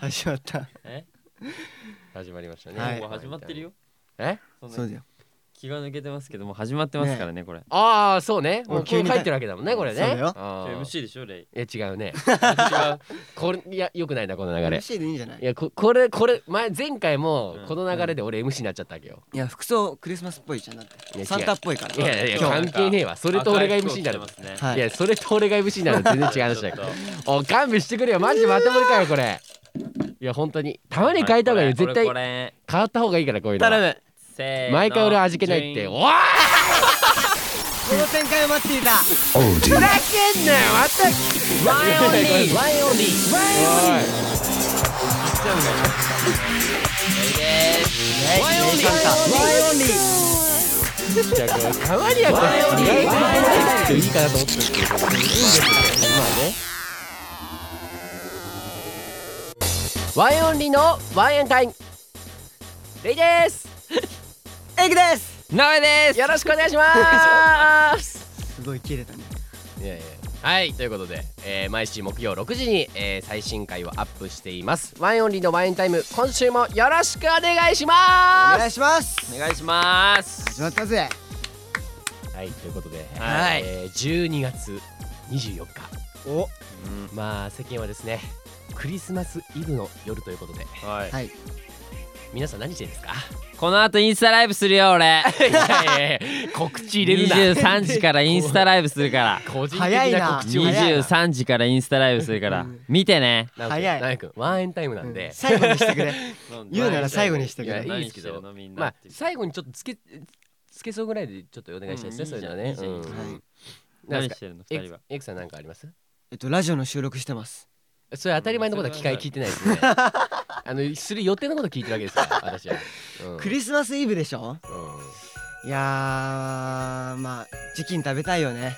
始まったえ始まりましたね、はいもう始まってるよえそんなそうだよ気が抜けてますけどもう始まってますからねこれああそうねもう急急にに入ってるわけだもんねこれねそうだよあ今ー日 MC でしょレイいや違う ね違う これいやよくないなこの流れ MC でいいんじゃないいやここれこれ前前回もうんこの流れで俺 MC になっちゃったわけよ、いや服装クリスマスっぽいじゃんだっいてやサンタっぽいからいやいや今日関係ねえわそれと俺が MC になる赤い服を着てますねはいい、やそれと俺が MC になるの全然違う話だちかょっらとおい勘弁してくれよマジでまともにかよこれいや本当にたまに変えた方がいいよこれ絶こ対れ変わった方がいいからこういうのは頼むせーの毎回俺は味気ないって順お位いこの展開を待っていたふざけんなよまた前オンリー前オンリーおい前オンリーワイオンリーじゃあこれたまにはこれ違うこといいかなと思ってるんですけどいいんですけどまあねワインオンリーのワイエンタイムレイですエグです名前ですよろしくお願いしますすごい切れたねいやいやはいということで、えー毎週木曜6時に、えー最新回をアップしていますワインオンリーのワイエンタイム今週もよろしくお願いしおま願いしますお願いしま始すまったぜすはいということで、はいえー12月24日おまあ世間はですねクリスマスイブの夜ということではいはい皆さん何してるんです かこの後インスタライブするよ俺いやいやいや告知入れるな23時からインスタライブするから個人的早いなな告知を入れ早いな23時からインスタライブするからうん見てねな早いなくワンエンタイムなうんんで、最後にしてくれ 言うなら最後にしてくいやれいいですけどまあ最後にちょっとつけつけそうぐらいでちょっとお願いしたいですね、うんそういうのはねいいじゃんいいじゃんうんはいなん何でしすかてるの二エ人クはエクさんなんかありますえっとラジオの収録してますそれ当たり前のことは機会聞いてないですねあのする予定のこと聞いてるわけですから私は、うんクリスマスイブでしょうんいやーまあチキン食べたいよね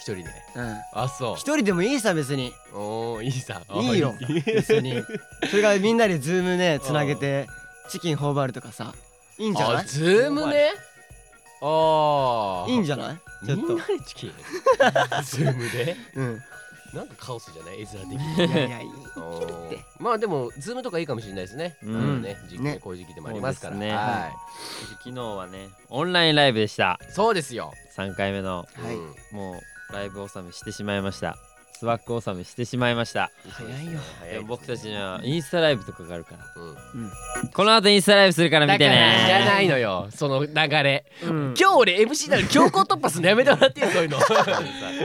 一人でうんあそう一人でもいいさ別におーいいさあいいよ別にそれからみんなでズームねつなげてチキン頬張るとかさいいんじゃなあいズームねああいいんじゃないちょっみんとなでチキンズームでうんなんかカオスじゃない絵面 的いにやいやいいてまあでもズームとかいいかもしれないですね、うんあのね時期ねこういう時期でもありますからそうですねは昨日はねオンラインライブでしたいそうですよ3回目のはいうんもうライブ納めしてしまいましたスワック納めしてしまいました早いよ早いでですもね僕たちにはインスタライブとかがあるからうんこの後インスタライブするから見だかてらじゃねないのよその流れうん今日俺 MC なのに強行突破するのやめてもらってよそういうのはい、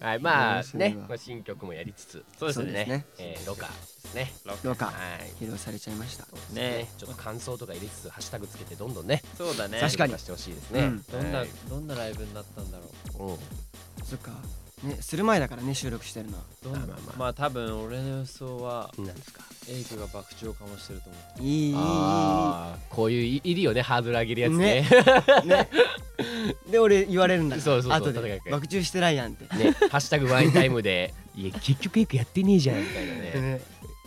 はい、まあね、まあ、新曲もやりつつそうですねえー、ロカですねのかはい披露されちゃいましたねちょっと感想とか入れつつハッシュタグつけてどんどんねそうだね確かにしてほしいですね、どんなはいどんなライブになったんだろううんそっかねする前だからね収録してるのはどんなまあまあまあまあ多分俺の予想はなんですかエイクが爆笑かもしてると思ういいいいいいあーこういういいるよねハードル上げるやつねねねで俺言われるんだそうそうそう後戦いでかい爆中してないやんってハッシュタグワインタイムで いや結局よくやってねえじゃんみたいなねね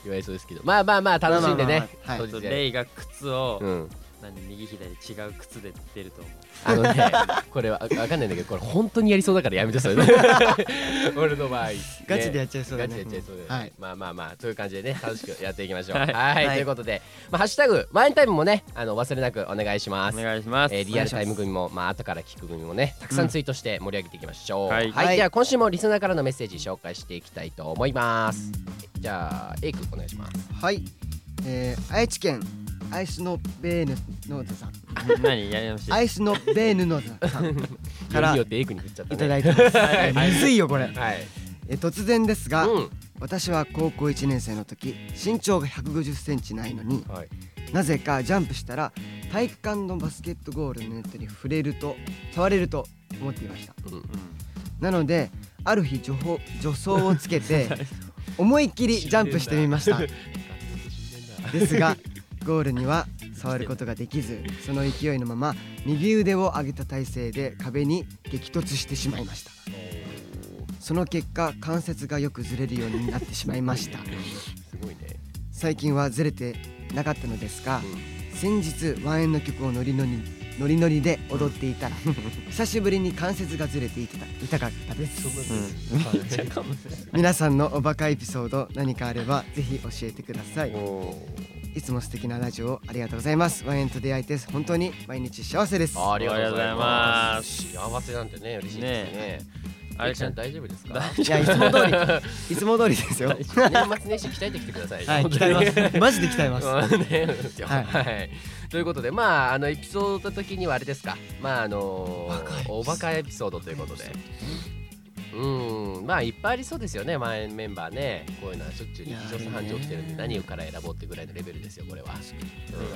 言われそうですけどまあまあまあ楽しんでまあねまあまあはい当あと日やるレイが靴をうん何右左違う靴で出ると思うあ のねこれはわかんないんだけどこれ本当にやりそうだからやめてそれ 俺の場合ガチでやっちゃいそうだガねチでやっちゃいそうだよねはいまあまあまあそういう感じでね楽しくやっていきましょうははいいはいということでまあハッシュタグワインタイムもねあの忘れなくお願いしますお願いしますえーリアルタイム組もまあ後から聞く組もねたくさんツイートして盛り上げていきましょう、んは、はいいはいでは今週もリスナーからのメッセージ紹介していきたいと思いますじゃあエイクお願いしますはいえー愛知県アイスのベーヌノーズさん何やり直しアイスのベーヌノーズさんから いよりよってエイクに振っちゃったただねいてますむずいよこれはいえー突然ですが、うん私は高校1年生の時身長が1 5 0センチないのにはいなぜかジャンプしたら体育館のバスケットゴールのネットに触れると触れると思っていましたうんなのである日助歩助走をつけ て思いっきりジャンプしてみましたですがゴールには触ることができずその勢いのまま右腕を上げた体勢で壁に激突してしまいましたその結果関節がよくずれるようになってしまいましたす ごいね最近はずれてなかったのですがう先日ワンエンの曲をノリノリノリノリで踊っていたら久しぶりに関節がずれていてた痛かったですそんなうんはいめっちゃかもしれない皆さんのおバカエピソード何かあればぜひ教えてくださいいつも素敵なラジオをありがとうございますワインと出会えて本当に毎日幸せですあありがとうございますあり幸せなんてね嬉しいですねねああれれちちゃゃんん大丈夫ですか大いやいつも通りいつも通りですよ年末年始鍛えてきてくださいはい本当鍛にえますマジで鍛えますうん ねは、はいいということでまああのエピソード的にはあれですかまああのおバカエピソードということでうんまあいっぱいありそうですよね前メンバーねこういうのはしょっちゅう日常茶飯事起きてるんいやあるでね何から選ぼうってぐらいのレベルですよこれは、例うん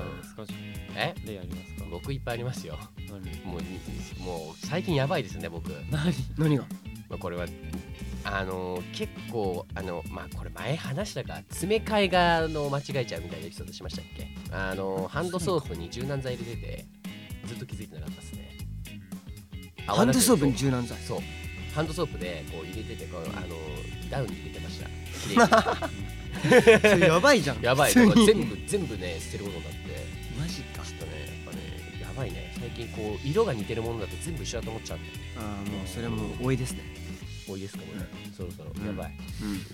えありますか僕いっぱいありますよもうにもう最近やばいですね僕、ま何何があ、これはあの結構あのまあこれ前話したか詰め替えがあの間違えちゃうみたいなエピソードしましたっけあのハンドソープに柔軟剤入れててずっと気づいてなかったですねハンドソープにそう柔軟剤そうハンドソープでこう入れててこうあのダウンに入れて ました綺麗それやばいじゃんにやばい普通だからに全部全部ね捨てることになってマジちょかっとねやっぱねやばいね最近こう色が似てるものだと全部一緒だと思っちゃうんでああもうそれはもう多いですね多いですかこれ、そろそろうんやばい、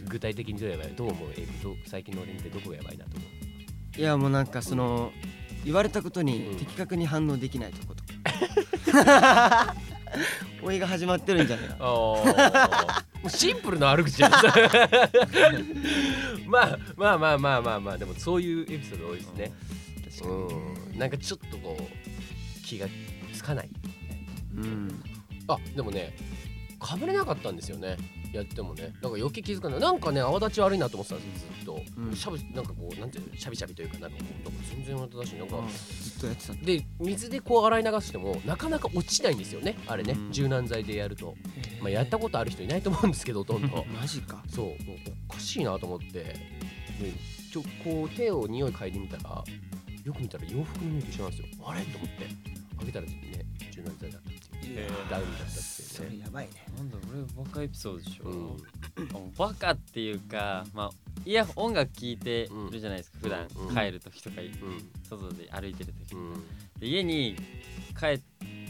具体的にどうやばいどう思うえーどう最近の俺見てどこがやばいなと思ういやもうなんかその言われたことうにん的確に反応できないとことか 追いが始まってるんじゃないか ああシンプルな悪 口やんまあまあまあまあまあまあでもそういうエピソード多いですね確うんなんかちょっとこう気がつかないにうんあでもねかぶれなかったんですよねやってもねなんか余計気づかないなんかね泡立ち悪いなと思ってたんですよずっと、うんしゃぶなんかこうなんていうのしゃびしゃびというかなんかもうなんか全然泡立たしなんか、ずっとやってたんだで水でこう洗い流してもなかなか落ちないんですよねあれね、うん柔軟剤でやると、まあ、やったことある人いないと思うんですけどほとんど マジかそうもうおかしいなと思ってでちょこう手を匂い嗅いでみたらよく見たら洋服の匂いと一緒なんですよあれと思って開けたらね柔軟剤だったっていうへーダウンだったってそいうれねやばいねなんだ俺バカエピソードでしょ、うんバカっていうかまあいや音楽聴いてるじゃないですか、普段、うん帰る時とかうん外で歩いてる時、うんで家に帰っ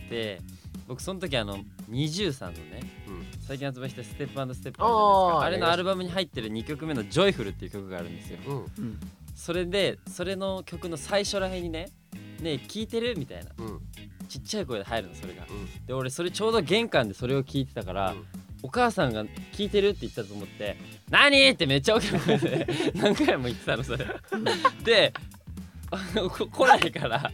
て僕その時あの20さんのねうん最近発売した「ステップステップあーああれのアルバムに入ってる2曲目の「ジョイフルっていう曲があるんですようんうんそれでそれの曲の最初らへんにね「ねえ聞いてる?」みたいなうんちっちゃい声で入るのそれがうんで俺それちょうど玄関でそれを聞いてたから、うんお母さんが「聞いてる?」って言ったと思って「何?」ってめっちゃ大きな声 で何回も言ってたのそれであのこ来ないから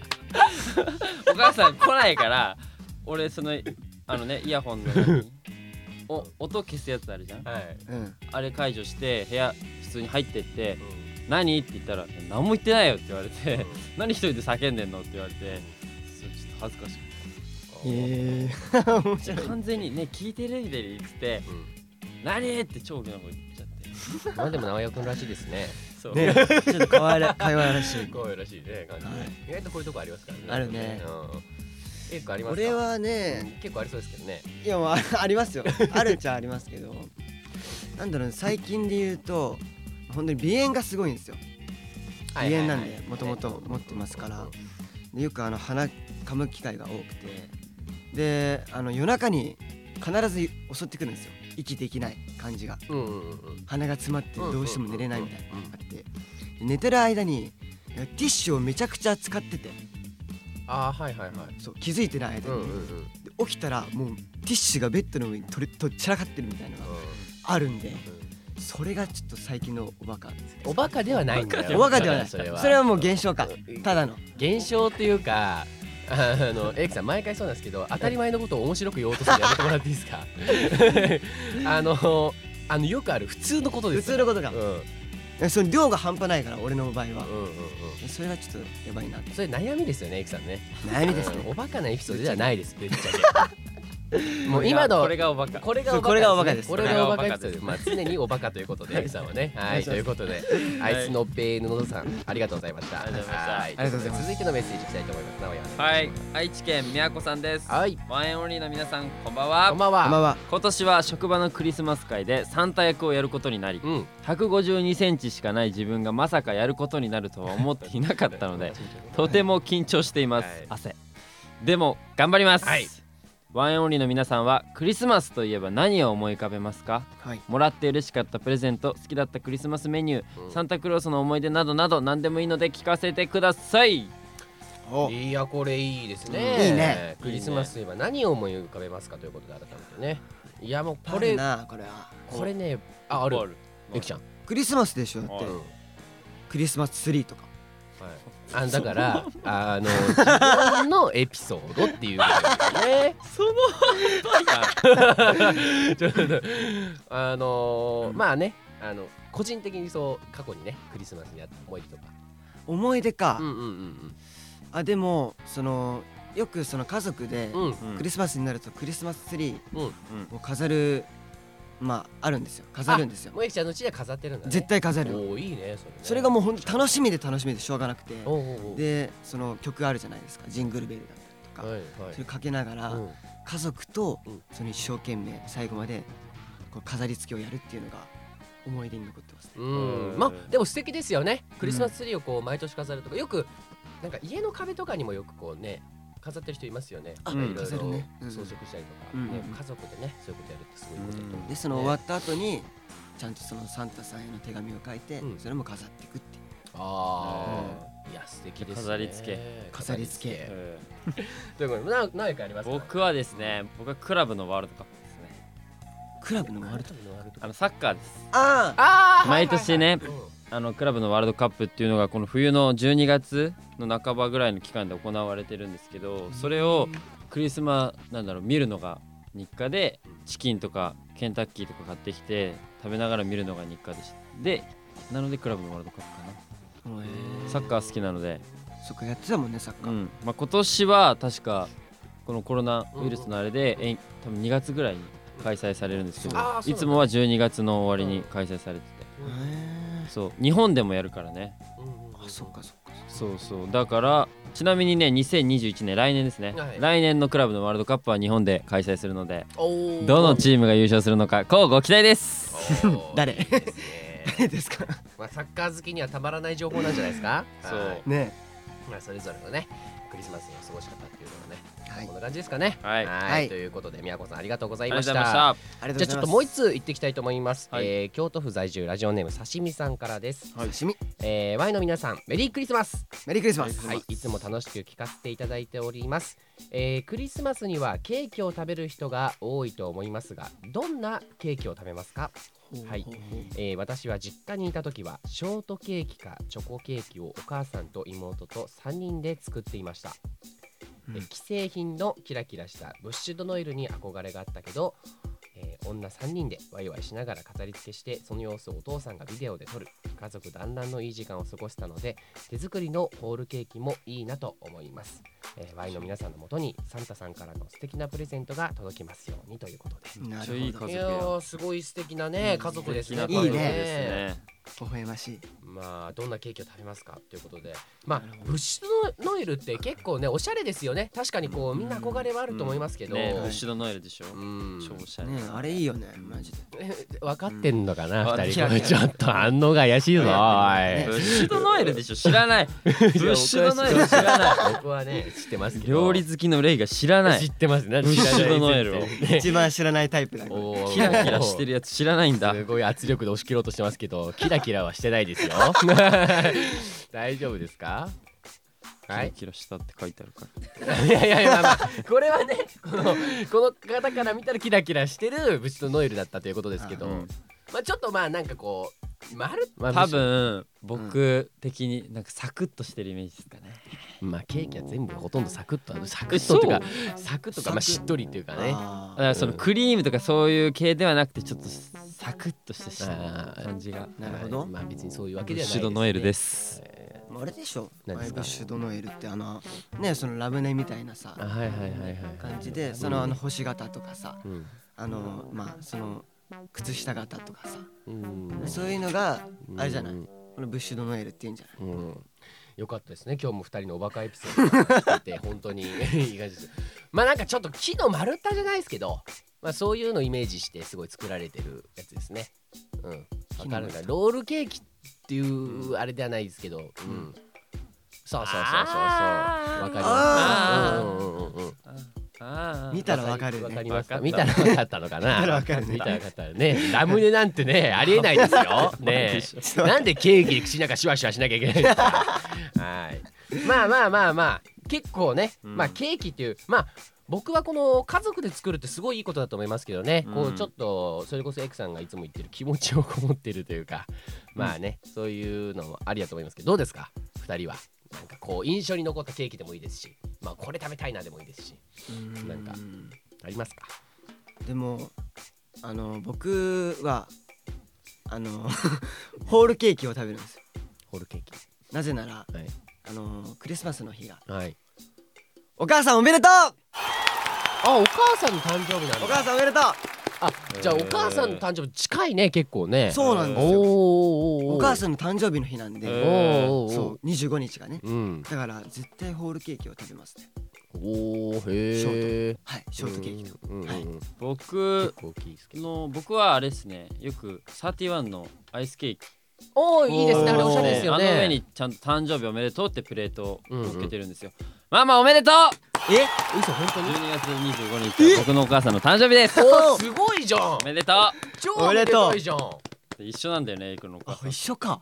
お母さん来ないから俺そのあのねイヤホンの何お音消すやつあるじゃんはいうんあれ解除して部屋普通に入ってって「何?」って言ったら「何も言ってないよ」って言われうんて「何一人で叫んでんの?」って言われてそうちょっと恥ずかしくええ面白てい完全に「ね聞いてる?」みたいに言っててうん「何?」って超大きな声言っちゃってまあでも直哉君らしいですね。そう、ねちょっとかわいら 会話ら しいこういうらしいね感じねはい意外とこういうとこありますからね。あるねうん。結構ありますか。俺はうんね結構ありそうですけどね。いやまあありますよあるっちゃありますけどなんだろうね最近で言うと本当に鼻炎がすごいんですよはいはいはい鼻炎なんで元々持ってますからでよくあの鼻かむ機会が多くてであの夜中に必ず襲ってくるんですよ息できない感じがうんうんうんうん。鼻が詰まってどうしても寝れないみたいなうんのがあってで寝てる間にティッシュをめちゃくちゃ使っててああはいはいはい。そう気づいてないうん間うんにうん。うんで起きたらもうティッシュがベッドの上に取れとっちらかってるみたいなのがあるんでそれがちょっと最近のおバカおバカではないんだよ。おバカではないそそれれは。はもう現象かただの現象っていうか。 あのエイクさん毎回そうなんですけど当たり前のことを面白く言おうとするのやめてもらっていいで すかあのあのよくある普通のことで普す通のことうがんうんうんその量が半端ないから俺の場合はうんうんそれがちょっとやばいなってそれ悩みですよねエイクさんね悩みですねうんおバカなエピソードではないです。ぶっちゃけ もう今のこれがおバカこれそうこれがおバカですこれがおバカこれエがピおバカソーでドすです。まあ常におバカということで、エイクさんはね。は願いいしとますいうことで、アイスのペイのどさんありがとうございました。ありがとうございましたはありがとうございます続いてのメッセージいきたいと思います。直哉さんはい、愛知県宮古さんです。はい。ワンエンオンリーの皆さん、こんばんは。こんばんまあまは。あ今年は職場のクリスマス会でサンタ役をやることになり、うん。 152センチしかない自分がまさかやることになるとは思っていなかったので、とても緊張しています。はい汗。でも頑張ります、はいワンエンオンリーの皆さんはクリスマスといえば何を思い浮かべますかはいもらって嬉しかったプレゼント好きだったクリスマスメニュー、うんサンタクロースの思い出などなど何でもいいので聞かせてくださいおいやこれいいですねいいねクリスマスといえば何を思い浮かべますかということで改めてねいやもうここれれなこれはこれねああるゆきちゃん、クリスマスでしょだってあるクリスマスツリーとかあだからあの自分のエピソードっていうことで すねその ちょっとあのーまあねあの個人的にそう過去にねクリスマスにあった思い出とか思い出か、うんうんうんあでもそのよくその家族で、うんうんクリスマスになるとクリスマスツリうんーを飾るまああるんですよ飾るんですよもうゆきちゃんの家で飾ってるんだね絶対飾るおーいいねそれねそれがもうほんと楽しみで楽しみでしょうがなくておうおうおうでその曲あるじゃないですかジングルベルだったはいりとかはいそれかけながらうん家族とうんその一生懸命最後までこう飾り付けをやるっていうのが思い出に残ってますねううんんまあでも素敵ですよねクリスマスツリーをこう毎年飾るとかよくなんか家の壁とかにもよくこうね飾ってる人いますよねあなんか飾るねうん装飾したりとか、うんね家族でねそういうことやるってすごいことだと思ううんでその終わった後にちゃんとそのサンタさんへの手紙を書いてうんそれも飾っていくっていうああ、いや素敵ですね飾り付け飾り付けということでな何かありますか僕はですね僕はクラブのワールドカップですねクラブのワールドあのサッカーですあああー毎年ねはいはいはいあのクラブのワールドカップっていうのがこの冬の12月の半ばぐらいの期間で行われてるんですけどそれをクリスマなんだろう見るのが日課でチキンとかケンタッキーとか買ってきて食べながら見るのが日課でしたでなのでクラブのワールドカップかなサッカー好きなので、そっかやってたもんねサッうカーんまあ、今年は確かこのコロナウイルスのあれで、えん多分2月ぐらいに開催されるんですけどあーそうなんだいつもは12月の終わりに開催されててうへんえそう日本でもやるからねうんうんうんあそっかそっかそうそうだからちなみにね2021年来年ですね、はい来年のクラブのワールドカップは日本で開催するのでおーどのチームが優勝するのか乞うご期待ですお ー誰いいですねですかまあサッカー好きにはたまらない情報なんじゃないですかそうはいねまあ、それぞれのねクリスマスの過ごし方っていうのがね、はいこんな感じですかね。はいはいということで宮子さんありがとうござあいりがとうまござした。いましたありがじゃあとうごちざょいますっともう一通行っていきたいと思います、はいえー京都府在住ラジオネーム刺身さんからです、はい刺身えー、Y の皆さんメリークリスマスメリークリスマスはいいつも楽しく聞かせていただいております、えー、クリスマスにはケーキを食べる人が多いと思いますがどんなケーキを食べますかはいえー私は実家にいた時はショートケーキかチョコケーキをお母さんと妹と3人で作っていました、えうん既製品のキラキラしたブッシュドノエルに憧れがあったけど、えー女3人でワイワイしながら飾り付けしてその様子をお父さんがビデオで撮る家族団らんのいい時間を過ごしたので手作りのホールケーキもいいなと思います、えー、ワイの皆さんのもとにサンタさんからの素敵なプレゼントが届きますようにということでなめっちゃいいるほど微家族いややーすごい素敵なね、うん家族ですね素敵な家族これですね笑ましいまあどんなケーキを食べますかということでまあなるほどブッシュドノエルって結構ねおしゃれですよね確かにこうみんな憧れはあると思いますけど、うんねはい後ろノエルでしょ、超おしゃれ、ねあれいいよねマジで分かってんのかな、うん二あ人キラキちょラっと反応が怪しいぞおいねブッシュドノエルでしょ知らないブッシュドノエル知らないない僕はね知ってますけど料理好きのレイが知らな知いってますねブッシュドノエルを 一番知らないタイプだからキラキラしてるやつ知らないんだすごい圧力で押し切ろうとしてますけど、キラキラはしてないですよ。 大丈夫ですか？キはラい。キラしたって書いてあるからいやいやいや、まあまあ、 これはね、このこの方から見たらキラキラしてるブチとノエルだったということですけど、うんまあちょっとまあなんかこう、まる、まあ、多、分僕的になんかサクッとしてるイメージですかねまあケーキは全部ほとんどサクッと、サクッとっていうか、サクッとかまあしっとりっていうかね。だあからそのクリームとかそういう系ではなくてちょっとサクッとしたした感じがーなるほどはいまあ別にそういうわブけッではない。シュドノエルですすーあれでしょマ何でイすブかッシュドノエルってあのねそのラムネみたいなさあはいはいはいはい。感じでそのあの星型とかさうん。あのまあその靴下型とかさうんそういうのがあれじゃないうんこのブッシュドノエルって言うんじゃないうん、よかったですね今日も二人のおバカエピソードが聞けて 本当にいい感じですまあなんかちょっと木の丸太じゃないですけど、まあ、そういうのをイメージしてすごい作られてるやつですねうんわかるんだロールケーキっていうあれではないですけど、うん、そうそうそうそうあーわかりあますーうんうんうんうんあー見たらわかるわねかりますかわかっ見たたらわかったのかな見たらわかるね見たらわかったねラムネなんてねありえないですよねえ なんでケーキ口なんかシュワシュワしなきゃいけないんですかはいまあまあまあまあ結構ね、うんまあケーキっていうまあ僕はこの家族で作るってすごいいいことだと思いますけどね、こううんちょっとそれこそエクさんがいつも言ってる気持ちをこもってるというかまあね、そういうのもありだと思いますけどどうですか2人はなんかこう印象に残ったケーキでもいいですしまあこれ食べたいなでもいいですしなんかありますかでもあの僕はあの ホールケーキを食べるんですよホールケーキなぜならはいあのクリスマスの日がはいお母さんおめでとうあお母さんの誕生日なんだお母さんおめでとうあじゃあお母さんの誕生日近いね結構ねうそうなんですよおーおーおーお母さんの誕生日の日なんへでーおーおーそう25日がねうんだから絶対ホールケーキを食べますねおおへえはいショートケーキのうんうんはいうん結僕構大きいですけどの僕はあれですねよく31のアイスケーキおおいいですねあれおーおしゃれですよねあの上にちゃんと誕生日おめでとうってプレートを乗っけてるんですよ、ママおめでとうえ嘘本当に12月25日は僕のお母さんの誕生日ですおーすごいじゃんおめでとう超おめおめででとうたいじゃん一緒なんだよねエイクのお母あさん一緒か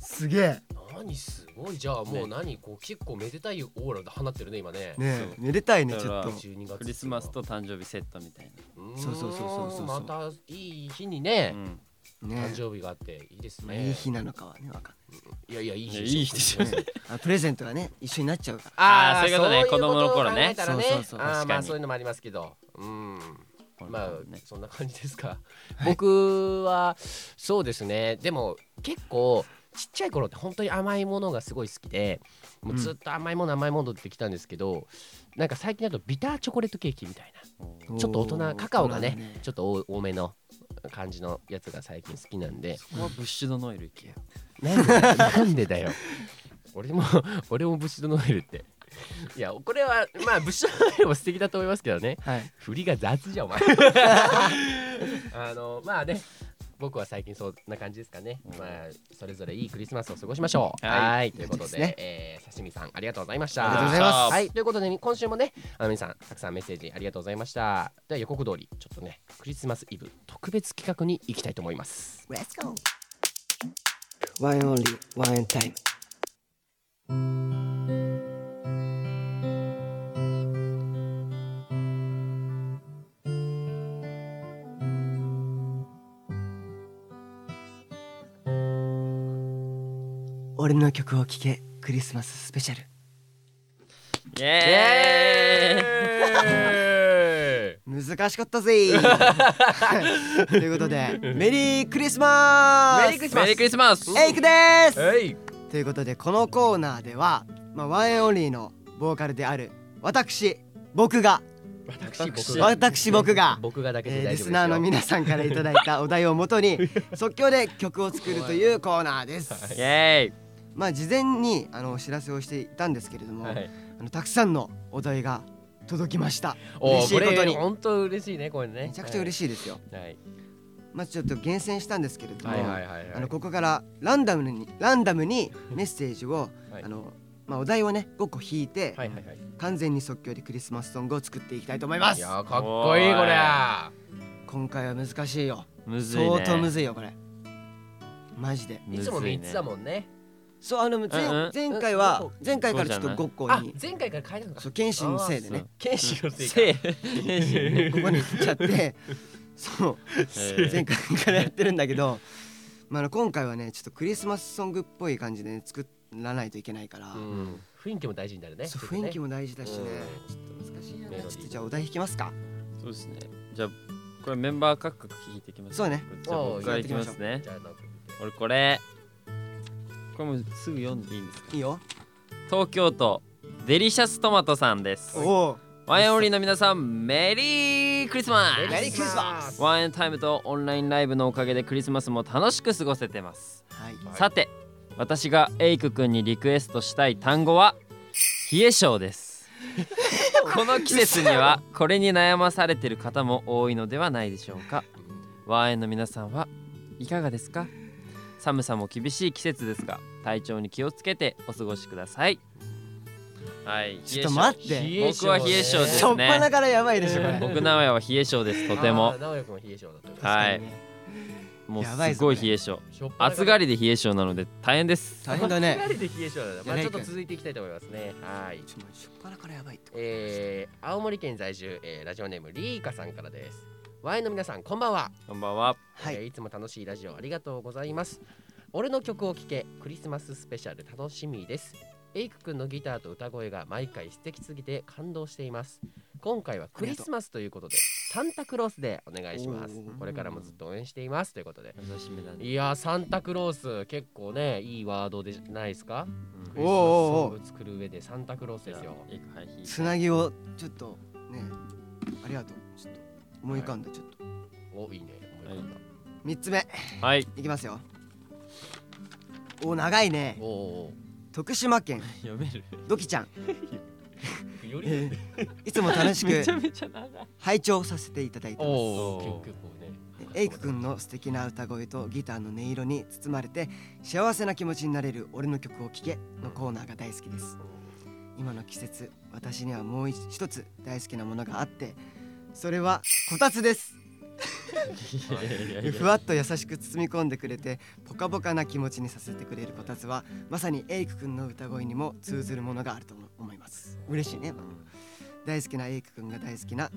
すげえ何すごいじゃあもう何こう結構めでたいオーラで放ってるね今ねねそえうめでたいねだちかょらっと12月クリスマスと誕生日セットみたいうんそうそうそうそうそうそうまたいい日にな、ねうん、ね誕生日があっていいですまあねいい日なのかはねわかいやいやいいいやいい日でしょ んないねあプレゼントがね一緒になっちゃうからあーそーういうことねそ子供の頃ねそうそうそそううそそううあ確ーかまにあそういうのもありますけどうんまあそんな感じですかい僕はそうですねでも結構ちっちゃい頃って本当に甘いものがすごい好きでもうずっと甘いもの甘いものってきたんですけどなんか最近だとビターチョコレートケーキみたいなちょっと大おー人カカオが大人だねちょっと多多めの感じのやつが最近好きなんでそこはブッシュドノエル行けよなんでだよなんでだよ俺も俺もブシドノエルっていやこれはまあブシドノエルも素敵だと思いますけどねはい振りが雑じ ゃんお前あのまあね僕は最近そんな感じですかね、まあそれぞれいいクリスマスを過ごしましょうはいはーいということですでねえー刺身さんありがとうございましたありがとうございますはいということで今週もねあの皆さんたくさんメッセージありがとうございましたでは予告通りちょっとねクリスマスイブ特別企画に行きたいと思います Let's go One only one time 俺の曲を聴けクリスマススペシャルイエーイ難しかった ぜということ でメリークリスマスメリークリスマスメリークリスマスエイクですはいということでこのコーナーでは、まあ、ワンエンオンリーのボーカルである私僕が私私僕が私僕が、僕がだけでえー大丈夫でリすよスナーの皆さんからいただいたお題をもと に即興で曲を作るというコーナーです。イエまあ事前にあのお知らせをしていたんですけれども、はいあのたくさんのお題が届きました。お嬉ーしいことこれに本当嬉しいねこれねめちゃくちゃ嬉ししいですよ。い、はい、まあちょっと厳選したんですけれども、はいはいはいはいあのここからランダムにランダムにメッセージを、はいあのまあお題をね5個引いて、はいはいはい完全に即興でクリスマスソングを作っていきたいと思いまいすやーかっこいいこれ今回は難しいよーイむずいね相当むずいよこれマジでいつもむずね三つだもんねそうあの、前うんうん前回うはん前回からちょっとそうじゃ5個あに前回から変えたのかそう剣心のせいでね剣士のせいかせいここに来ちゃってそう前回からやってるんだけど、まあ、あの今回はねちょっとクリスマスソングっぽい感じで、ね、作らないといけないから、うん雰囲気も大事になるねそう雰囲気もも大事だしねうちょっと難しいなメロディーちょっとじゃあお題引きますかそうですねじゃあこれメンバー各々聞いていきますそうねじゃあ僕からいきますねじゃあなんか俺これこれもうすぐ読んでいいんですかいいよ東京都デリシャストマトさんですおワインオンリーの皆さんメリークリスマメリースクリスマスワインタイムとオンラインライブのおかげでクリスマスも楽しく過ごせてます、はいはいさて私がエイクくんにリクエストしたい単語は冷え性です この季節にはこれに悩まされている方も多いのではないでしょうかワインの皆さんはいかがですか寒さも厳しい季節ですが体調に気をつけてお過ごしくださいはいちょっと待ってえ性僕は冷え性でしすょっぱなからやばいでしょこれ僕の名前は冷え性ですとても直也君は冷え性だったからはい確かにねもうすやばいぞごいこ冷れえ性しょっぱな暑がりで冷え性なので大変です大変だ暑がねりで冷え性だったまあねちょっと続いていきたいと思いますねはいちょっと待ってしょっぱなからやばいってことえー、青森県在住、えー、ラジオネームリーカさんからですワインの皆さんこんばんは、こんばんははいえーいつも楽しいラジオありがとうございます俺の曲を聴けクリスマススペシャル楽しみですエイク君のギターと歌声が毎回素敵すぎて感動しています今回はクリスマスということでサンタクロースでお願いしますおーこれからもずっと応援していますということで優しめだねいやーサンタクロース結構ねいいワードでないですかクリスマおスーおーおーソング作る上でサンタクロースですよいいかはいいいつなぎをちょっとねありがとうちょっと思い浮かんだちょっとおいいね思い浮かんだ三つ目はいいきますよお長いねおお徳島県 読めるドキちゃん、ーよえーいつも楽しく めちゃめちゃ長い拝聴させていただいてますおおおー結構ねエイク君の素敵な歌声とギターの音色に包まれて幸せな気持ちになれる俺の曲を聴けのコーナーが大好きです今の季節私にはもう一一つ大好きなものがあってそれはこたつですふわっと優しく包み込んでくれてポカポカな気持ちにさせてくれるこたつはまさにエイク君の歌声にも通ずるものがあると思います嬉しいね大好きなエイク君が大好きな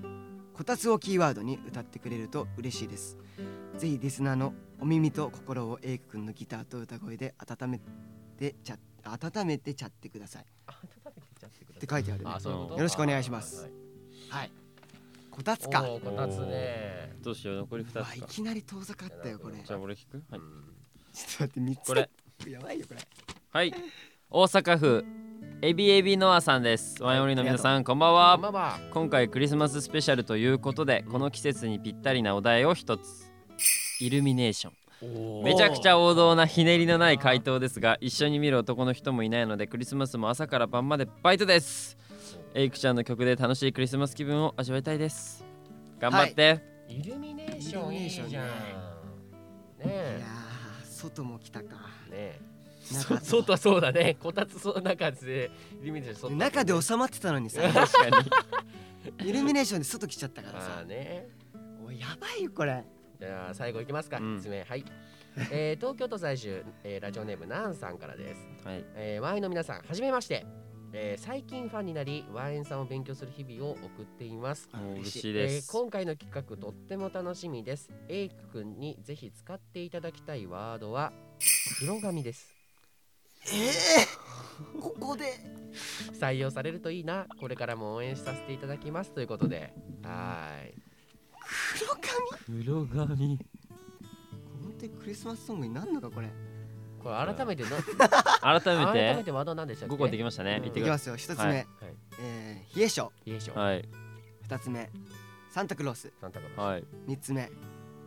こたつをキーワードに歌ってくれると嬉しいですぜひリスナーのお耳と心をエイク君のギターと歌声で温めてちゃ温めてちゃってくださいって書いてあるねあそういうことよろしくお願いしますはいはいこたつおかーこたつねどうしよう残りう二わついかきなり遠ざかったよこれちじょゃっあ俺聞くはとい待って3つこれやばいよこれはい大阪府エビエビノアさんですワインオリの皆さんこんばんはあまあまあ今回クリスマススペシャルということでこの季節にぴったりなお題を一つイルミネーションめちゃくちゃゃ王道なひねりのない回答ですが一緒に見る男の人もいないのでクリスマスも朝から晩までバイトですエイクちゃんの曲で楽しいクリスマス気分を味わいたいです頑張って、イルミネーションいいじゃんイルミネーションねいやえー外も来たかねえ中そ 外はそうだねこたつその中でイルミネーション外中で収まってたのにさ 確かにイルミネーションで外来ちゃったからまあさねおいやばいよこれじゃあ最後いきますか、うん説明はい、えー、東京都在住、えー、ラジオネームナンさんからです、はいえー、ワインの皆さんはじめまして、えー、最近ファンになりワインさんを勉強する日々を送っていますあもう嬉しいえでーす、今回の企画とっても楽しみですエイク君にぜひ使っていただきたいワードは黒髪ですえー、ここで採用されるといいなこれからも応援させていただきますということではーい黒髪黒髪本当にクリスマスソングになるのかこれこれ改めてな 改め改めててワードなんでしたっけ5個できましたねうん言いってきくだますよ一つ目、はえー冷え性いいでしょ、さいはい二つ目サンタクロースサンタクロースはい三つ目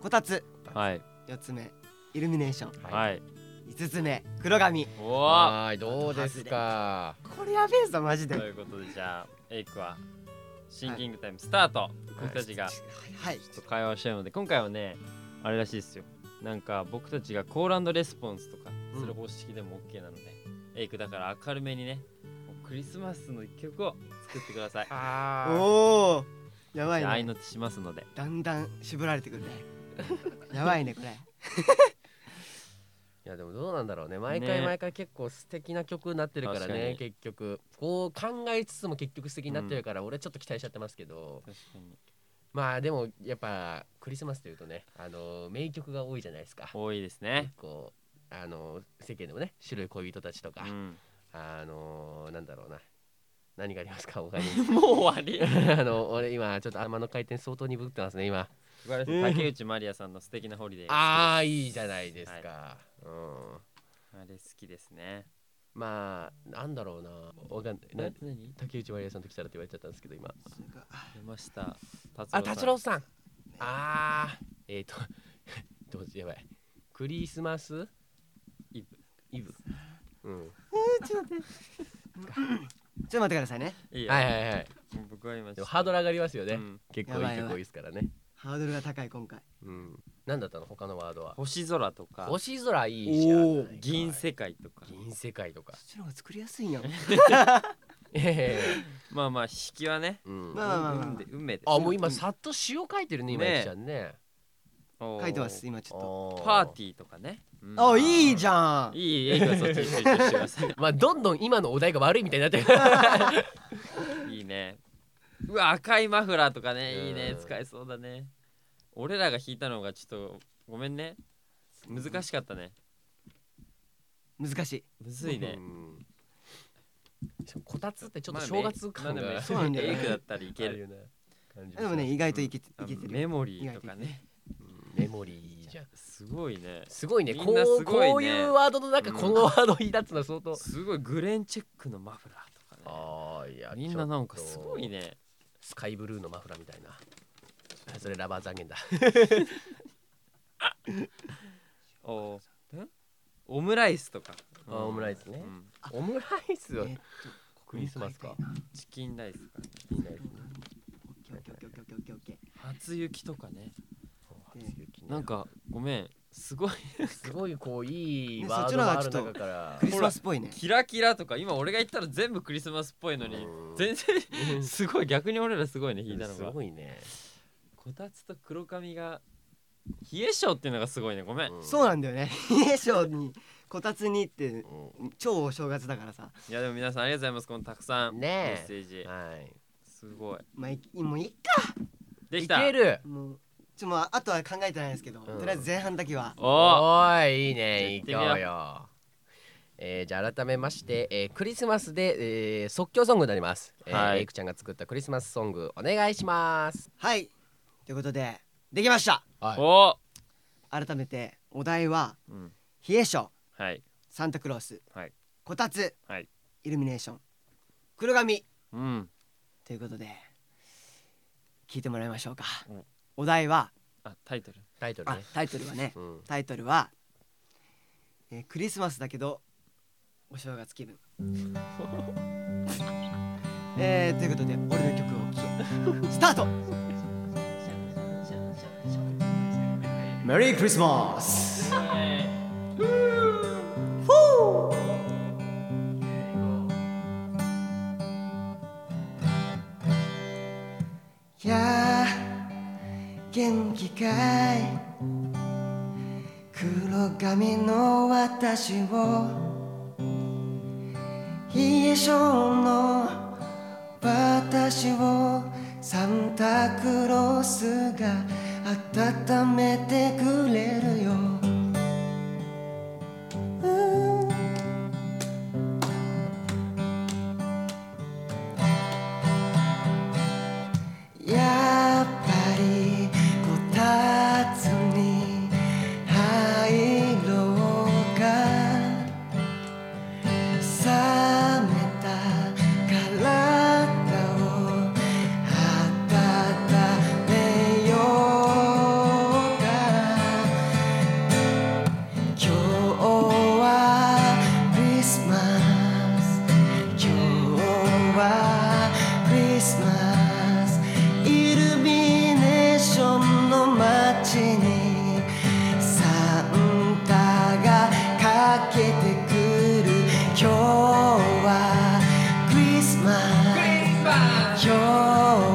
こたつはい四つ目イルミネーションはいはい五つ目黒髪おおはーいどうですかこれやべえぞマジとでいうことでじゃあエイクはシンキングタイムスタート、僕たちがはいちょっと会話をしてるので今回はねあれらしいですよなんか僕たちがコールレスポンスとかする方式でも OK なので、エイクだから明るめにねもうクリスマスの一曲を作ってください、あおおやばじゃあ合いいねの手しますのでだんだん絞られてくるね やばいねこれいやでもどうなんだろうね毎回ね毎回結構素敵な曲になってるから確かねに結局こう考えつつも結局素敵になってるから、俺ちょっと期待しちゃってますけど確かにまあでもやっぱクリスマスというとねあの名曲が多いじゃないですか多いです結ね構あの世間でもね白い恋人たちとか、 うん、あのなんだろうな何がありますか 他にもう終わりあの俺今ちょっと頭の回転相当鈍ってますね今竹内まりやさんの素敵なホリデーああ好きでいすいじゃないですか、はうんあれ好きですねまあなんだろうなわかんないな何出竹内まりやさんと来たらって言われちゃったんですけど今ました達あ郎さん達郎さんあーえっ、ー、と どうしやばいクリスマスイブイブうんちょっと待ってくださいねいいよ、はいはいはい僕は今でもハードル上がりますよね、うん結構いい曲多いですからねハードルが高い今回うん何だったの他のワードは星空とか星空いいじゃんおー銀世界とか銀世界とかそっちの方が作りやすいやんいやいやいやまあまあ引きはねうんまあまあまあ運で運命ですあもう今さっと詩を書いてるね今ねゆきちゃんねおー書いてます今ちょパーティィーとかねっとあいいじゃんいいいいいいそっちに集中してくださいーまあどんどん今のお題が悪いみたいになってるいい ねうわ赤いマフラーとかうんねいいね使えそうだね俺らが弾いたのがちょっとごめんね難しかったね難しいむずいねうんこたつってちょっと正月感が、まあねそうなんだよねエイクだったらいけあるよね感じでもねし意外といけてあいけてるメモリーとかねますメモリーいいじゃんすごいねすごいねみこんなうすごいねこういうワードの中このワードを言い出すのは相当、すごいグレンチェックのマフラーとかねああいやみんななんかすごいねスカイブルーのマフラーみたいなあそれラバー残念だおーんオムライスとかあーオムライスねうんオムライスはえっとクリスマスかチキンライスとかねいいねオッケーオッケーオッケーオッケーオッケーオッケ初雪とかねうん初雪ねなんかごめんすごいすごいこういいねワードがある中かーらクリスマスっぽいねキラキラとか今俺が言ったら全部クリスマスっぽいのにうん全然すごい逆に俺らすごいね引いたのすがごいねこたつと黒髪が冷え性っていうのがすごいねごめん、いそうななんだよね冷え性にこたつにって超お正月だからさやでも皆さんありがとうございますこのたくさんメねッセえージはいすごいまあいもういっできいたけるかもうちょっとまああとは考えてないんですけど、うんとりあえず前半だけはおおおーいいいね行っ行てみようこうよえー、じゃあ改めまして、えー、クリスマスで、えー、即興ソングになります、えーはいエイクちゃんが作ったクリスマスソングお願いしますはいということでできましたはいお改めてお題はーうん冷え性はいサンタクロース、はいこたつ、はいイルミネーション黒髪うんということで聞いてもらいましょうか、うんお題はあタイトルタイトルあねタイトルはねうんタイトルは、えークリスマスだけどお正月気分 えー、ということで俺の曲を聴こうスタートメリークリスマスやあ元気かい黒髪の私を冷え性の私をサンタクロースが温めてくれるようんやっぱりこたつに入ろうか冷めた体を温めようか今日はクリスマス今日はクリスマスイルミネーションの街にサンタがかけてくる今日はクリスマス今日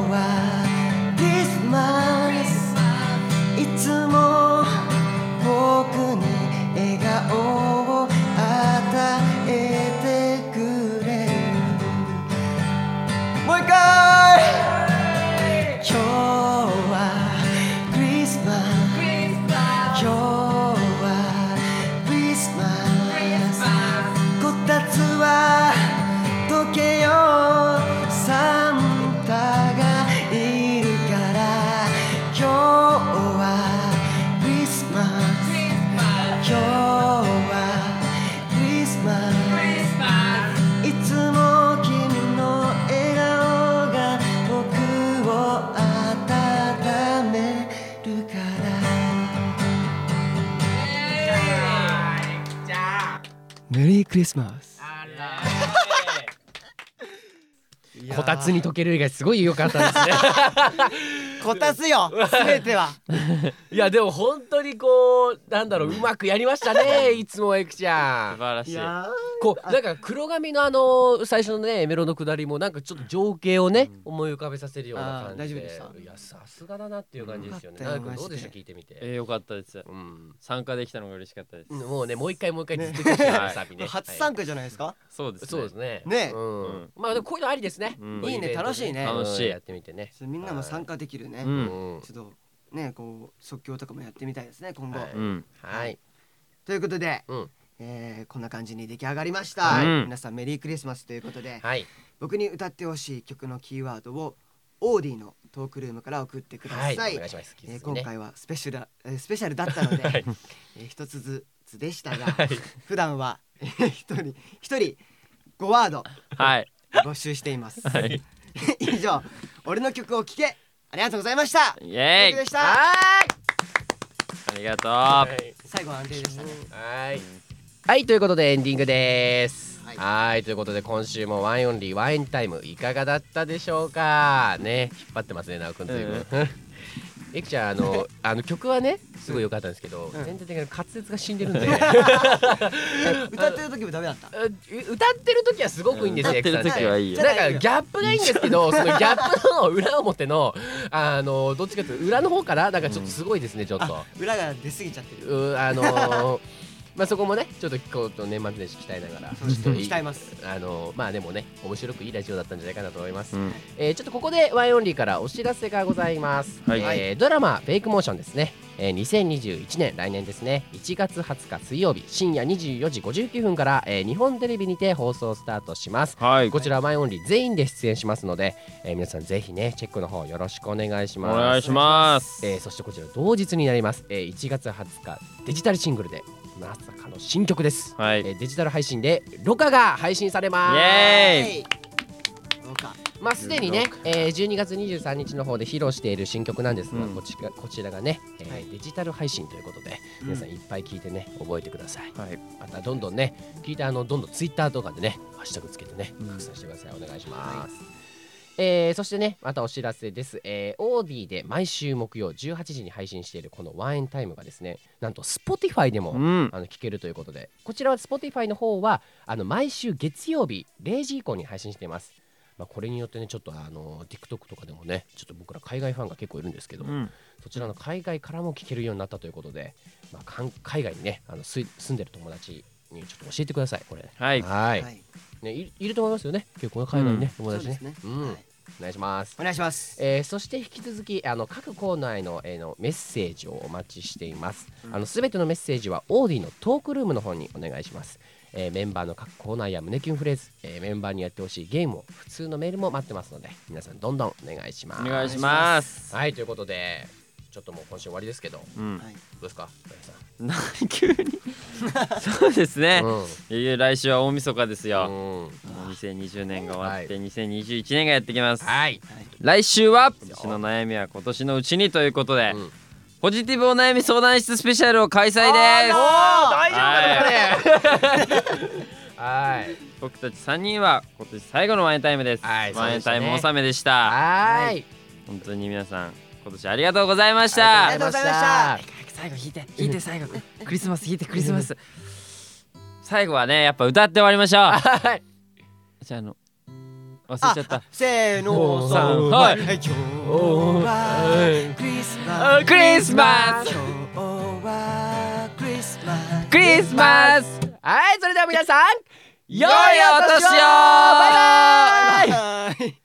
はクリスマスいつも僕に笑顔を与えてくれるもう一回今日はクリスマス今日はクリスマスこたつは溶けようサンタがいるから今日はクリスマス今日はクリスマスいつも君の笑顔が僕を温めるからメリークリスマス こたつに溶ける以外すごい良かったですねこたすよすべ てはいやでも本当にこうなんだろううまくやりましたね いつもエクちゃ素ん晴らしいこうなんか黒髪のあの最初のねメロの下りもなんかちょっと情景をね、思い浮かべさせるようなあー感大じ丈で夫でしたいやさすがだなっていう感じですよよねかなったよんかどうでしたマジ聞いてみて、えー、よかったですうん参加できたのが嬉しかったです、もうねもう一回もう一回続けてほしいねはいサビね初は参い加じゃないですかそうですねそうですねねうんうんまあでもこういうのありですね、うんいいねイベントで楽しいね楽しいうんやってみてねちょっとみんなも参加できるねううんんちょっとねこう即興とかもやってみたいですね今後はいううんはいということでうんえーこんな感じに出来上がりましはたい皆さんメリークリスマスということではい僕に歌ってほしい曲のキーワードをオーディのトークルームから送ってくだはいさおい願いしますえー引き続今きね回はスペシャルだ、えースペシャルだったので、はいえー一つずつでしたが、普段はえー一人一人5ワードはい募集しています、はい、 以上俺の曲を聴けありがとうございましたイエ僕ーでイしたはありがとう、はい最後は安定でしたねはい。はい、ということでエンディングです。ははいい、ということで今週もワインオンリーワインタイムいかがだったでしょうかね、引っ張ってますね、なおくんずいぶん。 えきちゃん、あの、あの曲はね、すごい良かったんですけど、うん全体的に滑舌が死んでるんで。歌ってる時もダメだったう歌ってる時はすごくいいんです歌よ、ってるエキさん時はいいよじゃなんかギャップがいいんですけど、そのギャップの裏表の、あの、どっちかというと裏の方から、なんかちょっとすごいですね、ちょっと。裏が出過ぎちゃってるうあのー まあそこもねちょっとこう年末年始鍛えながらそうですちょっとい鍛えますあのーまあでもね面白くいいラジオだったんじゃないかなと思います、うんえーちょっとここでワイオンリーからお知らせがございます、はいえードラマ「フェイクモーション」ですね、えー2021年来年ですね1月20日水曜日深夜24時59分から、えー日本テレビにて放送スタートしますはいこちらワイオンリー全員で出演しますので、えー皆さんぜひねチェックの方よろしくお願いしおます願いしますえーそしてこちら同日になります、えー1月20日デジタルシングルでまさかの新曲です、はい、えーデジタル配信で「ロカ」が配信されまイすエーイはいどうかまあすでにね、えー12月23日の方で披露している新曲なんですが、うんこちらこちらがね、えーはいデジタル配信ということでうん皆さんいっぱい聞いてね覚えてください、はいまたどんどんね聞いたあのどんどんツイッターとかでねハッシュタグつけてね拡散してください、お願いします、えーそしてねまたお知らせです、えー、オーディで毎週木曜18時に配信しているこのワンエンタイムがですねなんと Spotify でも、うんあの聞けるということでこちらは Spotify の方はあの毎週月曜日0時以降に配信していますまあこれによってねちょっとあの TikTok とかでもねちょっと僕ら海外ファンが結構いるんですけど、うんそちらの海外からも聞けるようになったということで、まあ、かん海外にねあのすい住んでる友達にちょっと教えてくださいこれはいははいいね、いいると思いますよね結構ね海外にね、友そう達でねすねうんはいお願いしますお願いしますえーそして引き続きあの各コーナーへの,、えーのメッセージをお待ちしています、あの全てのメッセージはオーディのトークルームの方にお願いします、えーメンバーの各コーナーや胸キュンフレーズ、えーメンバーにやってほしいゲームを普通のメールも待ってますので皆さんどんどんお願いしますお願いしますはいということでちょっともう今週終わりですけどどうんはいうんですか小林さんな急にそうですね、ういよいよ来週は大晦日ですよ、ん、もう2020年が終わって2021年がやってきます、はい、来週は今年の悩みは今年のうちにということで、うんポジティブお悩み相談室スペシャルを開催ですあ大丈夫かね はい僕たち3人は今年最後のワインタイムです、はいワインタイムそ納うでしたねめでしたはいはい本当に皆さん今年ありがとうございましあたりがとうございました最後弾いて弾いて最後クリスマス弾いてクリスマス最後はねやっぱ歌って終わりましょうはいじゃああの忘れちゃったあせーのさんははいい今日はクリスマスクリスマス今日はクリスマスクリスマスはいそれでは皆さん良いお年をバイバイイ